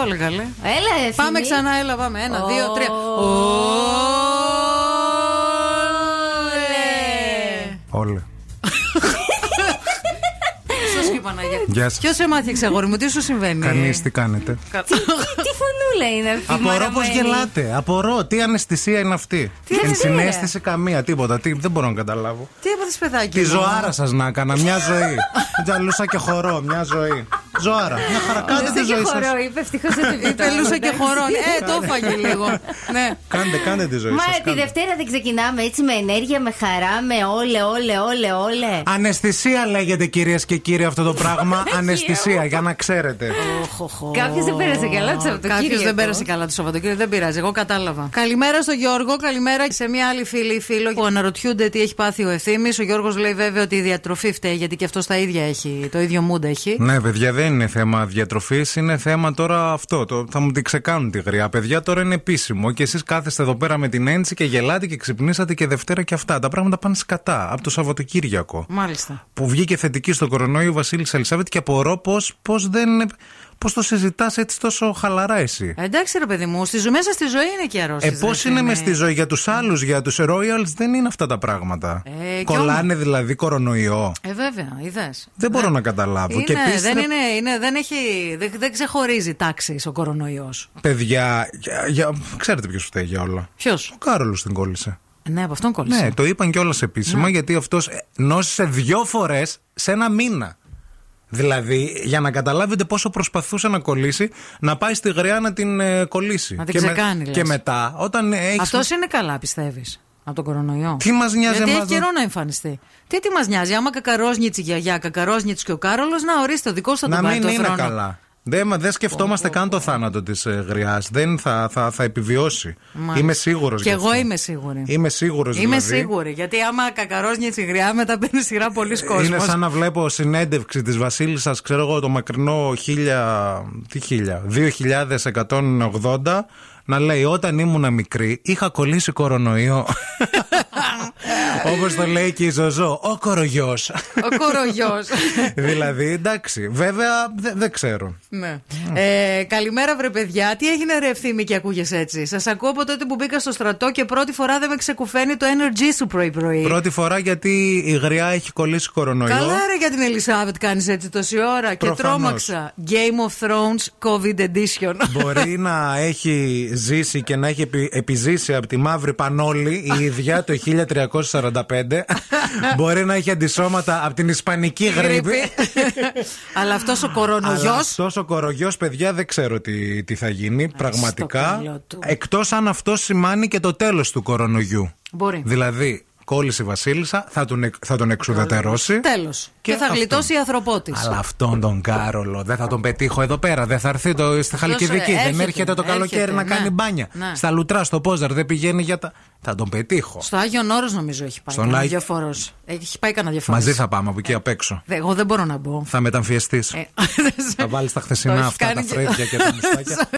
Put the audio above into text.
Πάλι καλέ. Έλα, ευθύνη. Πάμε ξανά, έλα, πάμε. Ένα, Ω. δύο, τρία. Όλε! Όλα. Σου είπα να γίνει. Γεια σας. Ποιος σε μάθει, εξαγόρι μου, τι σου συμβαίνει. Κανείς τι κάνετε. Τι φωνούλα είναι αυτή. η Απορώ πώς μαραμένη. γελάτε. Απορώ. Τι αναισθησία είναι αυτή. Τι Ενσυναίσθηση καμία, τίποτα. Τι, δεν μπορώ να καταλάβω. Τι έπαθε, παιδάκι. Τη μου? ζωάρα σας να έκανα, μια ζωή. Τζαλούσα και χορό, μια ζωή. Ζωάρα. Μια χαρά, κάντε τη Δεν ζωή Ε, και σας. χορό, είπε ευτυχώς δεν τη Είπε λούσα και χωρών. Ε, το έφαγε λίγο. Ναι. Κάντε, κάντε τη ζωή Μα ε, σας. τη Δευτέρα δεν ξεκινάμε έτσι με ενέργεια, με χαρά, με όλε, όλε, όλε, όλε. Αναισθησία λέγεται κυρίες και κύριοι αυτό το πράγμα. Αναισθησία, για να ξέρετε. Κάποιος δεν πέρασε καλά τους από το Κάποιος δεν πέρασε καλά το Σαββατοκύριακο, δεν πειράζει, εγώ κατάλαβα. Καλημέρα στο Γιώργο, καλημέρα σε μια άλλη φίλη ή φίλο που αναρωτιούνται τι έχει πάθει ο Ευθύνη. Ο Γιώργος λέει βέβαια ότι η διατροφή φταίει, γιατί και αυτός τα ίδια έχει, το ίδιο μούντα έχει. Ναι, παιδιά, δεν είναι θέμα διατροφής, είναι θέμα τώρα αυτό. Το, θα μου τη ξεκάνουν τη γριά. Παιδιά, τώρα είναι επίσημο και εσείς κάθεστε εδώ πέρα με την έντσι και γελάτε και ξυπνήσατε και Δευτέρα και αυτά. Τα πράγματα πάνε σκατά από το Σαββατοκύριακο. Μάλιστα. Που βγήκε θετική στο κορονοϊό ο Βασίλη Ελισάβετ και απορώ πώς πώς δεν. Πώς το συζητάς έτσι τόσο χαλαρά εσύ. Εντάξει, ρε παιδί μου, στη ζω- μέσα στη ζωή είναι και αρρώστιε. Ε, πώ είναι μες στη ζωή για τους άλλους, για τους Royals, δεν είναι αυτά τα πράγματα. Ε, κι Κολλάνε δηλαδή κορονοϊό. Ε, βέβαια, είδες. Δεν μπορώ να καταλάβω. Ναι. Είναι, και επίσης δεν, είναι- είναι, είναι, δεν, έχει, δεν, δεν ξεχωρίζει τάξη ο κορονοϊός. Παιδιά, για- για- ξέρετε ποιος φταίει για όλα. Ποιος. Ο Κάρολος την κόλλησε. Ναι, από αυτόν κόλλησε. Ναι, το είπαν κιόλας επίσημα Ναι. γιατί αυτός νόσησε δύο φορές σε ένα μήνα. Δηλαδή, για να καταλάβετε πόσο προσπαθούσε να κολλήσει, να πάει στη γριά να την ε, κολλήσει. Να την και, ξεκάνει, λες. και μετά, όταν έχεις. Αυτός είναι καλά, πιστεύεις. Από τον κορονοϊό. Τι μας νοιάζει Γιατί έχει εμάς εδώ? καιρό να εμφανιστεί. Τι τι μας νοιάζει, άμα κακαρόσνιτς η γιαγιά, κακαρόσνιτς και ο Κάρολος, να ορίστε, ο δικός θα να τον πάρει μην το είναι θρόνο. καλά. Δεν μα- δεν σκεφτόμαστε καν το θάνατο της γριάς. Δεν θα, θα, θα επιβιώσει. Μάλιστα. Είμαι σίγουρος. Και εγώ είμαι σίγουρη. Είμαι δηλαδή. σίγουρος. Είμαι σίγουρη, γιατί άμα κακαρόσνιτς η γριά, μετά μπαίνει σειρά πολλοί κόσμος. Ε, Είναι σαν να βλέπω συνέντευξη της Βασίλισσας, ξέρω εγώ, το μακρινό 1000. Τι 1000, 2180, να λέει Όταν ήμουνα μικρή, είχα κολλήσει κορονοϊό. Όπως το λέει και η Ζωζό, ο κορογιός. Ο κορογιός. δηλαδή, εντάξει, βέβαια δε- δεν ξέρω. ναι. Mm. ε, καλημέρα, βρε παιδιά. Τι έγινε, ρε ευθύμη και ακούγεσαι έτσι. Σας ακούω από τότε που μπήκα στο στρατό και πρώτη φορά δεν με ξεκουφαίνει το energy σου πρωί-πρωί. Πρώτη φορά γιατί η γριά έχει κολλήσει κορονοϊό. Ε. Καλά ρε για την Ελισάβετ κάνεις έτσι τόση ώρα και Προφανώς. τρόμαξα. Game of Thrones COVID Edition. Μπορεί να έχει ζήσει και να έχει επι- επιζήσει από τη μαύρη πανόλη η ίδια το 1345. Μπορεί να έχει αντισώματα από την ισπανική γρήπη. Αλλά αυτός ο Αλλά κορονογιός αυτός ο κορογιός, παιδιά, δεν ξέρω τι, τι θα γίνει πραγματικά. καλό του. Εκτός αν αυτό σημάνει και το τέλος του κορονογιού. Μπορεί. Δηλαδή, κόλλησε η Βασίλισσα, θα τον, εκ- θα τον εξουδετερώσει. Τέλος. Και, Και θα αυτό. γλιτώσει η ανθρωπότης. Αλλά αυτόν τον Κάρολο δεν θα τον πετύχω εδώ πέρα. Δεν θα έρθει το, στη Χαλκιδική. ε, δεν έρχεται, έρχεται το καλοκαίρι έρχεται, να ναι, κάνει μπάνια. ναι. Στα λουτρά, στο Πόζαρ δεν πηγαίνει για τα. Θα τον πετύχω. Στο Άγιον Όρος νομίζω έχει πάει. Στον Στον Άγιο- Άγιο Φόρος. Έχει πάει κανένα διαφορά. Μαζί θα πάμε από εκεί απ' έξω. Εγώ δεν μπορώ να μπω. Θα μεταμφιεστείς. Ε, Θα βάλεις τα Το χθεσινά έχει αυτά τα κάνει και- φρέδια και τα μουστάκια.